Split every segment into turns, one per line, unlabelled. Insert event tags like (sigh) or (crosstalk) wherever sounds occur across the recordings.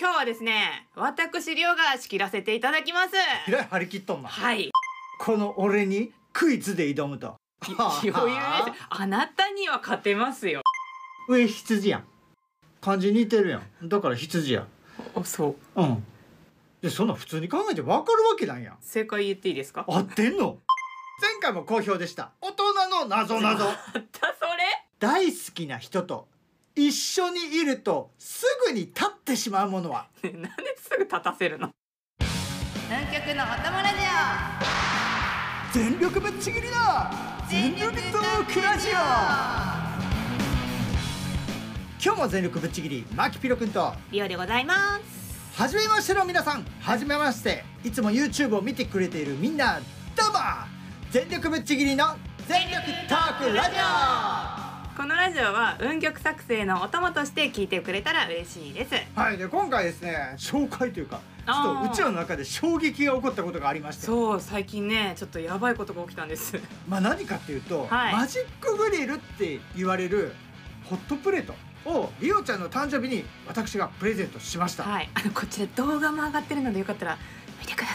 今日はですね私りょうが仕切らせていただきます
えらい張り切っとんな
はい
この俺にクイズで挑むと
余裕ですあなたには勝てますよ
(laughs) 上羊やん漢字似てるやんだから羊や
おそう
うんでそんな普通に考えてわかるわけなんや
正解言っていいですか
合ってんの前回も好評でした大人の謎 (laughs)
あ
謎
ったそれ
大好きな人と一緒にいるとすぐに立ってしまうものは
ね (laughs) なんですぐ立たせるの南極のおともラジ
全力ぶっちぎりだ全力トークラジオ今日も全力ぶっちぎりマキピロくんと
オリオでございます
はじめましての皆さんはじめましていつも YouTube を見てくれているみんなどうも全力ぶっちぎりの全力トークラジ
このラジオは運極作成のお供として聞いてくれたら嬉しいです
オはいで今回ですね紹介というかち
あー
ょっとうちらの中で衝撃が起こったことがありまして
そう最近ねちょっとやばいことが起きたんです
まあ何かっていうと、
はい
マジックグリルって言われるホットプレートをリオちゃんの誕生日に私がプレゼントしました、
はいあのこちら動画も上がってるのでよかったら見てくださ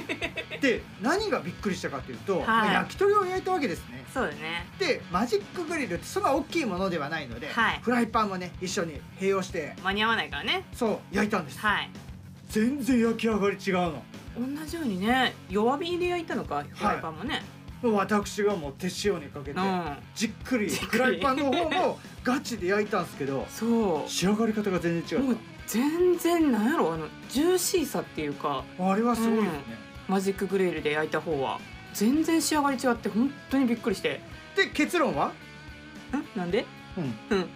い
で何がびっくりしたかというと、
い
まあ焼き鳥を焼いたわけですね
そうだね
でマジックグリルってそんな大きいものではないので、
はい
フライパンもね一緒に併用して
間に合わないからね
そう焼いたんです、
はい
全然焼き上がり違うの
同じようにね弱火で焼いたのかフライパンもね、
もう私がもう手塩にかけてじっくり
じっくり
フライパンの方 (laughs) もガチで焼いたんですけど
うんそう
仕上がり方が全然違
も
う
う全然なんやろあのジューシーさっていうか
あれはすごいですね、
マジックグレールで焼いた方は全然仕上がり違って本当にびっくりして
で結論は
んなんで
うん
うん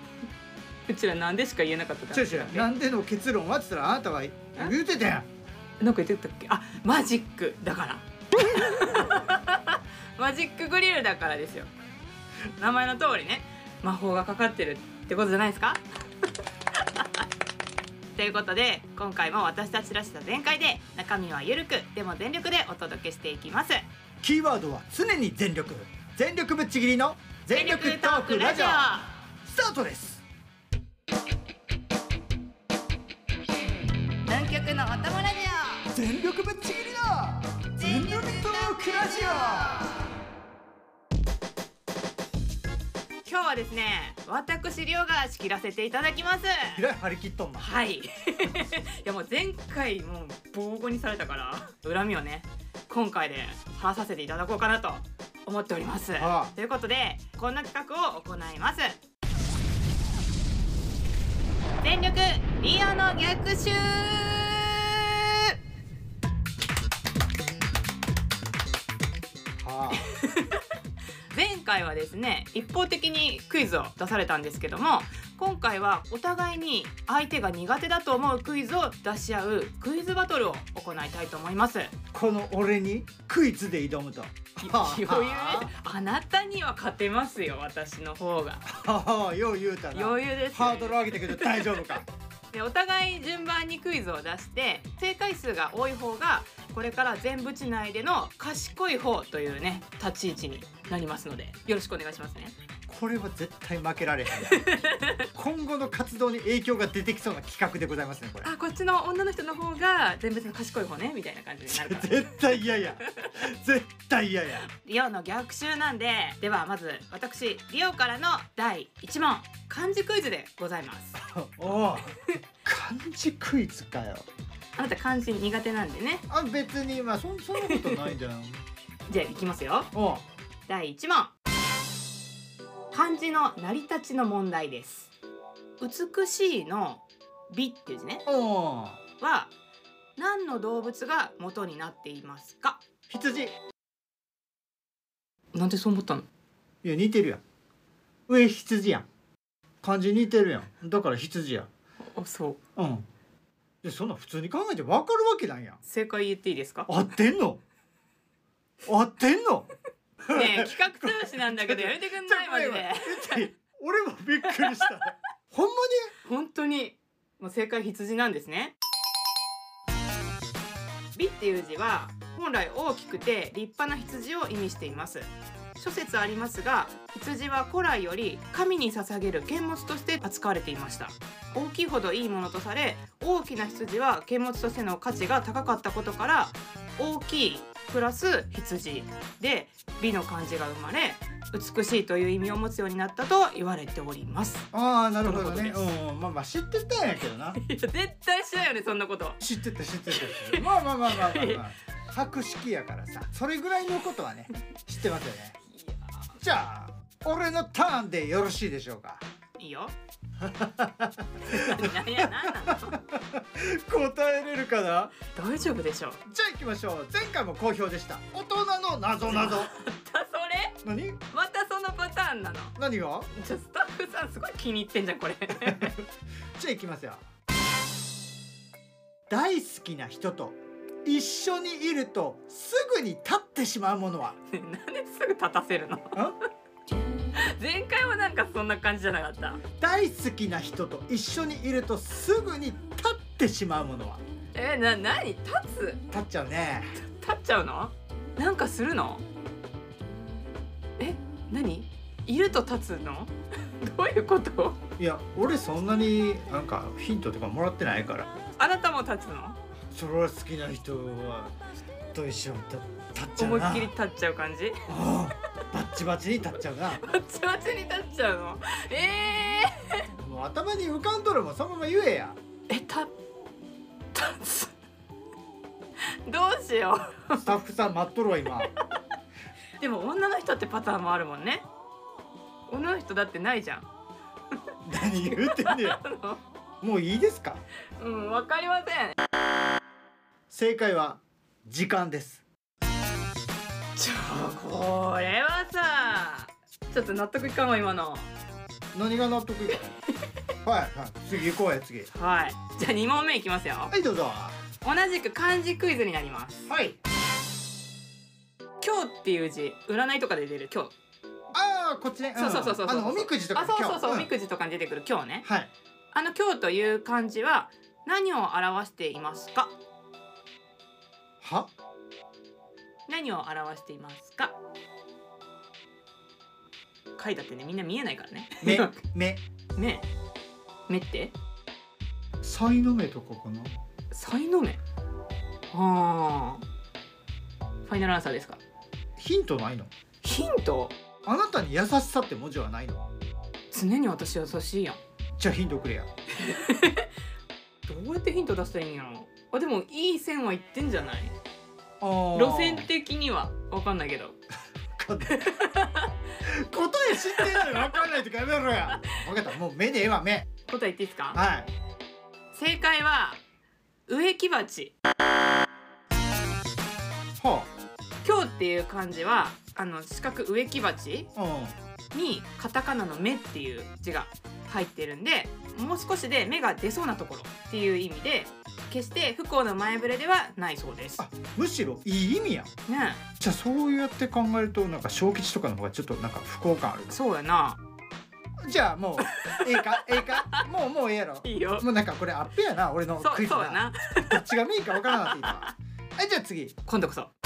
うちらなんでしか言えなかったって
違う
話だっ
違う
て
なんでの結論はって言ったらあなたが言うてたやん
なんか言ってたっけあマジックだから (laughs) マジックグリルだからですよ名前の通りね魔法がかかってるってことじゃないですか (laughs) ということで今回も私たちらしさ全開で中身はゆるくでも全力でお届けしていきます
キーワードは常に全力全力ぶっちぎりの全力トークラジオスタートです
南極のおともラジ
全力ぶっちぎりの全力トークラジオ
オ今日はですね私りょうが仕切らせていただきます
えらい張り切っとんな
はい (laughs) いやもう前回もう防護にされたから恨みをね今回で晴らさせていただこうかなと思っております
ああ
ということでこんな企画を行います全力リオの逆襲
はあ
前回はですね一方的にクイズを出されたんですけども今回はお互いに相手が苦手だと思うクイズを出し合うクイズバトルを行いたいと思います
この俺にクイズで挑むと
余裕ですあなたには勝てますよ私の方が
はあよう言うたな
余裕です
ハードル上げたけど大丈夫か
でお互い順番にクイズを出して正解数が多い方がこれから全部地内での賢い方というね立ち位置になりますのでよろしくお願いしますね
これは絶対負けられへんな今後の活動に影響が出てきそうな企画でございますねこれ
あこっちの女の人の方が全部地の賢い方ねみたいな感じになるから
絶対嫌や絶対嫌や
(laughs) リオの逆襲なんでではまず私リオからの第1問漢字クイズでございます
おう漢字クイズかよ
あなた漢字苦手なんでね
あ別にまあそそんなことないじゃん
じゃあいきますよ
(laughs) おう
第1問漢字の成り立ちの問題です美しいの美っていう字ね
おう
は何の動物が元になっていますか
羊い
なんでそう思ったの
や似てるやん上羊やん漢字似てるやんだから羊や
あそう
うんでそんな普通に考えてわかるわけなんや
正解言っていいですか
合ってんの合ってんの
ねえ企画通しなんだけどやめてくんないマジ
ちょっと
で
待って俺もびっくりした (laughs) ほんま
本当にもう正解羊なんですね美っていう字は本来大きくて立派な羊を意味しています諸説ありますが羊は古来より神に捧げる献物として扱われていました大きいほどいいものとされ大きな羊は剣持としての価値が高かったことから大きいプラス羊で美の漢字が生まれ美しいという意味を持つようになったと言われております。
ああなるほど
との
ね
こ
う
と
んうんまあまあ知ってたんやけどない
や絶対しないよねそんなこと。
知ってた知って (laughs) たまあまあまあまあまあ、まあ、博識やからさそれぐらいのことはね知ってますよねじゃあ俺のターンでよろしいでしょうか
いい
(laughs)
よ。何や何なの
答えれるかな
大丈夫でしょう。
じゃあ行きましょう前回も好評でした大人の謎謎
(laughs) またそれ
何
またそのパターンなの。
何が
じゃスタッフさんすごい気に入ってんじゃん
(laughs)
これ。
じゃあ行きますよ大好きな人と一緒にいるとすぐに立ってしまうものは
ねなんですぐ立たせるの前回もなんかそんな感じじゃなかった
大好きな人と一緒にいるとすぐに立ってしまうものは
えな何立つ
立っちゃうね
立っちゃうのなんかするのえ何いると立つの (laughs) どういうこと
いや俺そんなになんかヒントとかもらってないから
あなたも立つの
それは好きな人はと一緒に立っちゃ
思
う
い
な
っきり立っちゃう感じ
ああバッチバチに立っちゃうな
バッチバチに立っちゃうのえ
もう頭に浮かんどるもんそのまま言え
(laughs)
や
ー、えた立つどうしよ
スタッフさん待っとるわ今
うでも女の人ってパターンもあるもんね女の人だってないじゃん
何言ってんねや
あの
もういいですか
うんわかりません
正解は時間です
ちょこれはさちょっと納得いかんわ今の
何が納得いくのはいはい次行こうや次
はいじゃあ2問目いきますよ
はいどうぞ
同じく漢字クイズになります
はい
今日っていう字占いとかで出る今日
ああこっちねん
そうそうそうそう
あのおみくじとか
あそうそうそう、
今
お
日
みくじとかに出てくる今日ね
んはい
あの今日という漢字は何を表していますか
は
何を表していますか書いたってねみんな見えないからね (laughs)
目目
ね目って
才の目とかかな
才能目あーファイナルアンサーですか
ヒントないの
ヒント
あなたに優しさって文字はないの
常に私優しいやん
じゃあヒントくれや
どうやってヒント出したらいいんやろあでもいい線はいってんじゃない
路
路線的には分かんないけど
答え知ってんのに分かんないとかやめろや分かったもう目でええわ目
答え言っていいですか
はい
正解は植木鉢
は
今日っていう漢字はあの四角植木鉢
あうん
にカタカナの目っていう字が入ってるんでもう少しで目が出そうなところっていう意味で決して不幸の前触れではないそうです
あむしろいい意味やん
ね
じゃあそうやって考えるとなんか小吉とかの方がちょっとなんか不幸感あ
え
る
そうやな
じゃあもうええかええかもうもうええやろ
いいよ
もうなんかこれアップやな俺の
そ
ク
う
イズ
そうや
が
な
どっちがメインか分からなかった今はいじゃあ次エッ
今度こそ (laughs)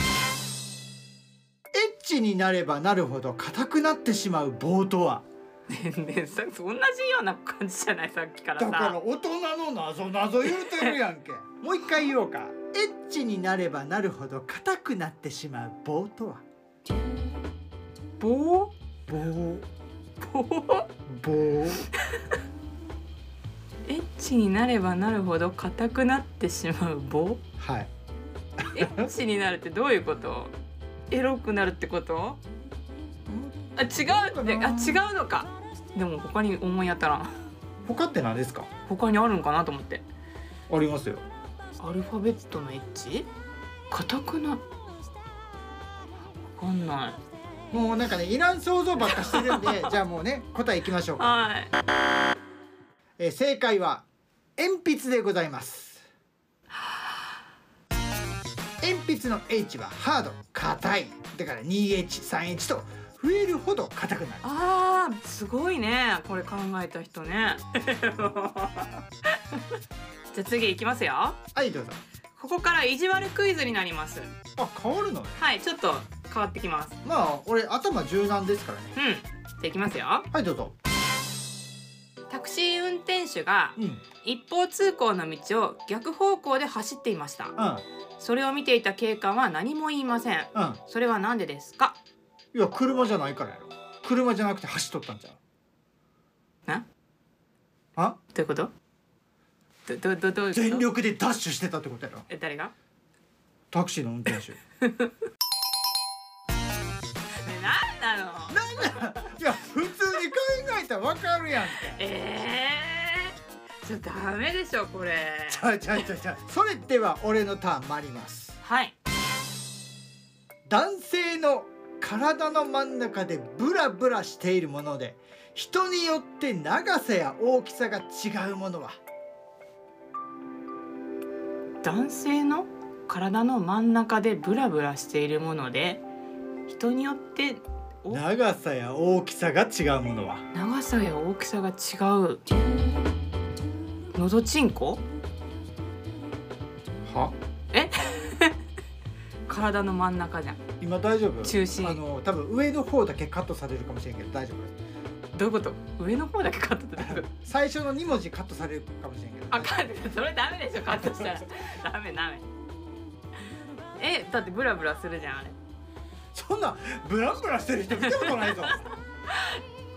チになればなるほど硬くなってしまう棒とは
ねえさ同じような感じじゃないさっきからさ
だから大人の謎謎言うてるやんけもう一回言おうかエッチになればなるほど硬くなってしまう棒とは
棒
棒
棒
棒
エッチになればなるほど硬くなってしまう棒
はい
エッチになるってどういうことエロくなるってことあ違うってあ違うのかでも他に思い当たらん
他って何ですか
他にあるんかなと思って
ありますよ
アルファベットのエッチ硬くなわかんない
もうなんかねいらん想像ばっかしてるん (laughs) でじゃあもうね答えいきましょうか、
はい
えー正解は鉛筆でございます鉛筆の H はハード硬いだから 2H3H と増えるほど硬くなる
あーすごいねこれ考えた人 (laughs) ねじゃあ次いきますよ
はいどうぞ
ここから意地悪クイズになります
あ変わるのね
はいちょっと変わってきます
まあ俺頭柔軟ですから
う
ね
んじゃあいきますよ
はいどうぞ
高タクシー運転手が
うんうん
一方通行の道を逆方向で走っていましたそれを見ていた警官は何も言いません
うん
それは何でですか
いや車じゃないからやろ車じゃなくて走っとったんじゃう
な
あ
どういうことどどどどういうこと
全力でダッシュしてたってことやろ
え誰が
タクシーの運転手 (laughs) い
えなんなの
や普通に考えたらわかるやんって
えー、ちょっとダメでしょこれ
ちゃうちゃうちゃうちゃうそれでは俺のターン参ります
はい
男性の体の真ん中でブラブラしているもので人によって長さや大きさが違うものは
男性の体の真ん中でブラブラしているもので人によってお
長さや大きさが違うものは
長さや大きさが違うのどちんこ
は
体の真ん中じゃん
今大丈夫
中心
あの多分上の方だけカットされるかもしれんけど大丈夫
どういうこと上の方だけカットってどういうこと
最初の2文字カットされるかもしれんけど
あカットそれダメでしょカットしたらダメダメえだってブラブラするじゃんあれ
そんなブラブラしてる人見たことないぞ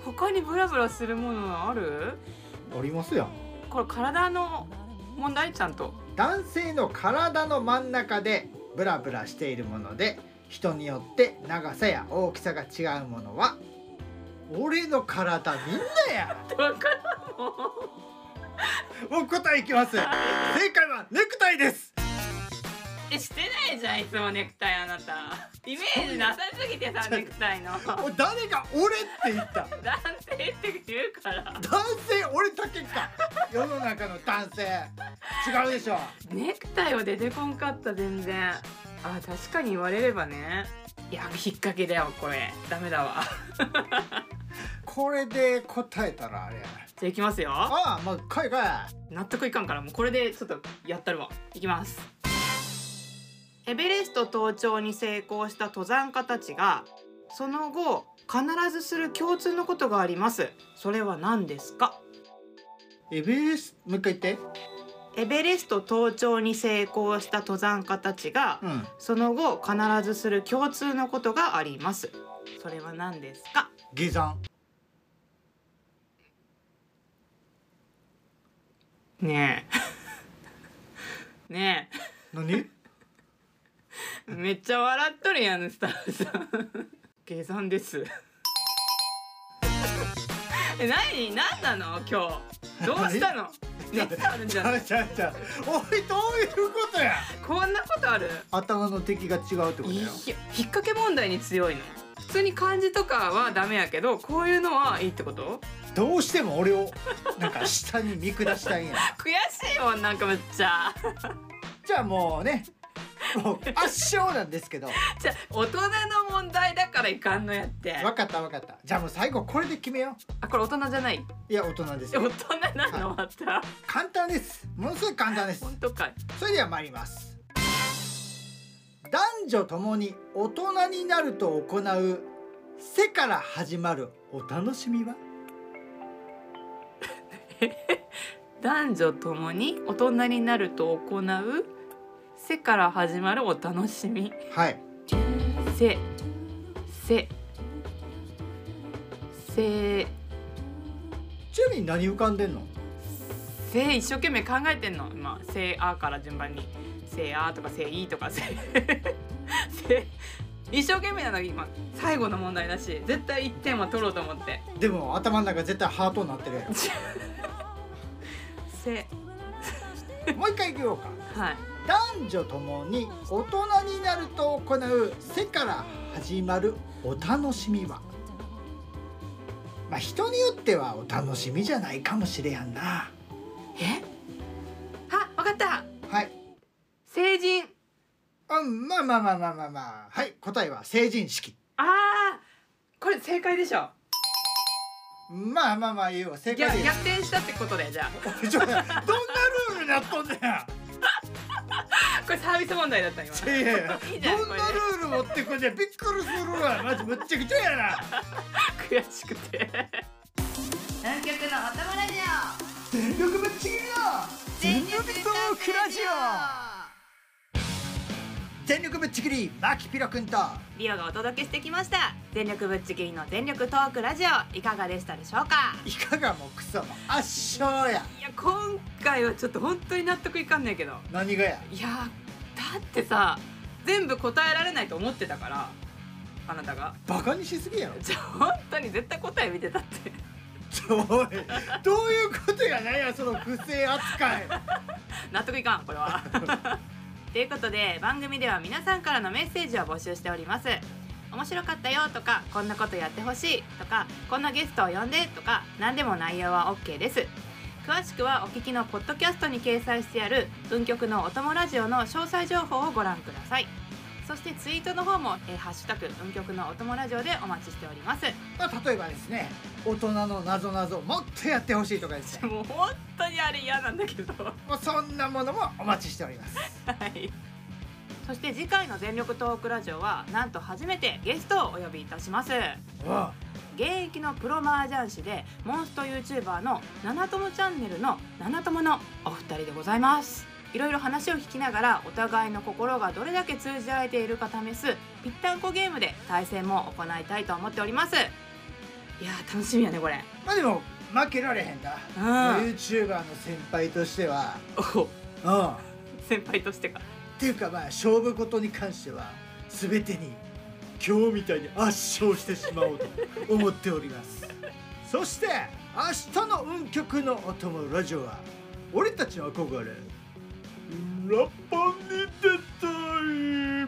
他にブラブラするものある
(laughs) おりますよ
これ体の問題ちゃんと
男性の体の真ん中でブラブラしているもので人によって長さや大きさが違うものは俺の体みんなや
わからんもん
もう答えいきます正解はネクタイです
えしてないじゃんいつもネクタイあなたイメージなさすぎてさ
ちょ
ネクタイの男
もう誰が俺って言った
性って言うから
男性俺だけか世の中の男性違うでしょ
ネクタイは出てこんかった全然あ確かに言われればねいや引っ掛けだよこれダメだわ
これで答えたらあれや
じ
な
ゃあいきますよ
ああもうかいか
納得いかんからもうこれでちょっとやったるわいきますエベレスト登頂に成功した登山家たちがその後必ずする共通のことがありますそれは何ですか
いエベレスもう一回言って
エベレスト登頂に成功した登山家たちが
うん
その後必ずする共通のことがありますそれは何ですか
下山
ねえ (laughs) ね
何
え
(laughs)
めっちゃ笑っとるやんスタッフさん (laughs) 下山ですえ何何なの今日どうした (laughs) の熱あるんじゃ
ちゃ
ないう
ちゃうちゃうおいどういうことや
こんなことある
頭の敵が違うってこと
い
や
や
ろ
引っ掛け問題に強いの普通に漢字とかはダメやけどこういうのはいいってこと
どうしても俺をなんか下に見下したいんや (laughs)
悔しいもんなんかめっちゃ (laughs)
じゃあもうねもう圧勝なんですけど
じゃ大人の問題だからいかんのやって
分かった分かったじゃあもう最後これで決めよ
あこれ大人じゃないう
いや大人です
え大
よ
人なのまた
簡単ですものすごい簡単です
本当かい
それでは参ります男女ともに大人になると行う「せ」から始まるお楽しみは
男女ともに大人になると行うせから始まるお楽しみ
はい
せせせ
ちなみに何浮かんでんの
せ一生懸命考えてんの今「せあ」から順番に「せあ」とか「せい」とか「せ」 (laughs) せ一生懸命なの今最後の問題だし絶対1点は取ろうと思って
でも頭の中絶対ハートになってるやん
(laughs) 「せ
もう一回行こうか」
はい
男女ともに大人になると行う「せ」から始まるお楽しみはまあ人によってはお楽しみじゃないかもしれやんな
えあわかった
はい
成人
うんまあまあまあまあまあまあはい答えは成人式
あーこれ正解でしょ
まあまあまあ言うわ正
逆
解で
逆転したってことでじゃ
ちょどんなルールになっとんねや
あこれサービス問題だった今
いやいや
(laughs) いいじゃん
どんなルール持ってくんねんびっくりするわマジむっちゃくちゃやな
悔しくて南極のお友ラジオ
力ぶっちぎりの全力トークラジオ全力ぶっちぎりマキピロくんと
リオがお届けしてきました全力ぶっちぎりの全力トークラジオいかがでしたでしょうか
いかがもクソも圧勝や
いや今回はちょっと本当に納得いかんねんけど
何がや
いやーだってさ全部答えられないと思ってたからあなたが
バカにしすぎやろ
じゃあ本当に絶対答え見てたって
ちょおいどういうことやなんやその不正扱い
納得いかんこれ (laughs) はということで番組では皆さんからのメッセージを募集しております面白かったよとかこんなことやってほしいとかこんなゲストを呼んでとか何でも内容は OK です詳しくはお聞きのポッドキャストに掲載してある文局のおともラジオの詳細情報をご覧くださいそしてツイートの方も「えーハッシュタグ文局のおともラジオ」でお待ちしております
まあ例えばですね大人のなぞなぞもっとやってほしいとかですね
もう本当にあれ嫌なんだけど
もうそんなものもお待ちしております
はい。そして次回の全力トークラジオはなんと初めてゲストをお呼びいたします。
おう
現役のプロ麻雀師でモンスト YouTuber の七友チャンネルの七友のお二人でございます。いろいろ話を聞きながらお互いの心がどれだけ通じ合えているか試すぴったんこゲームで対戦も行いたいと思っております。いやー楽しみやねこれ。
まあでも負けられへんな、
う
ユ
ん。
ー YouTuber の先輩としては
お
うんっ
先輩としてか。
ていうかまあ勝負事に関しては全てに今日みたいに圧勝してしまおうと思っておりますそして明日の運極のお供ラジオは俺たちの憧れラッパに出たいミネ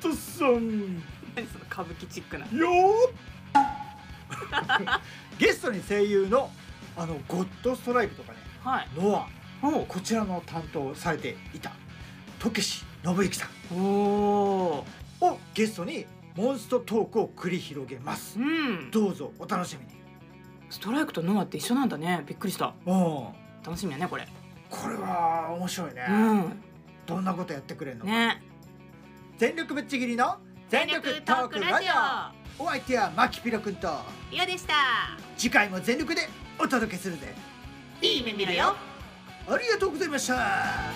トさん
何その歌舞伎チックな。
よーゲストに声優のあのゴッドストライクとかね
はい。
ノア
お
こちらの担当をされていたとけし信之さ
おお
んをゲストにモンストトークを繰り広げます
ー。うん。
どうぞお楽しみに
ストライクとノアって一緒なんだねびっくりした
うん
楽しみやねこれ
これは面白いね、
うん
どんなことやってくれるのか、
ね
全力ぶっちぎりのオお相手はマキピロくんと
いやでした
次回も全力でお届けするぜ
いい目見ろよ
ありがとうございました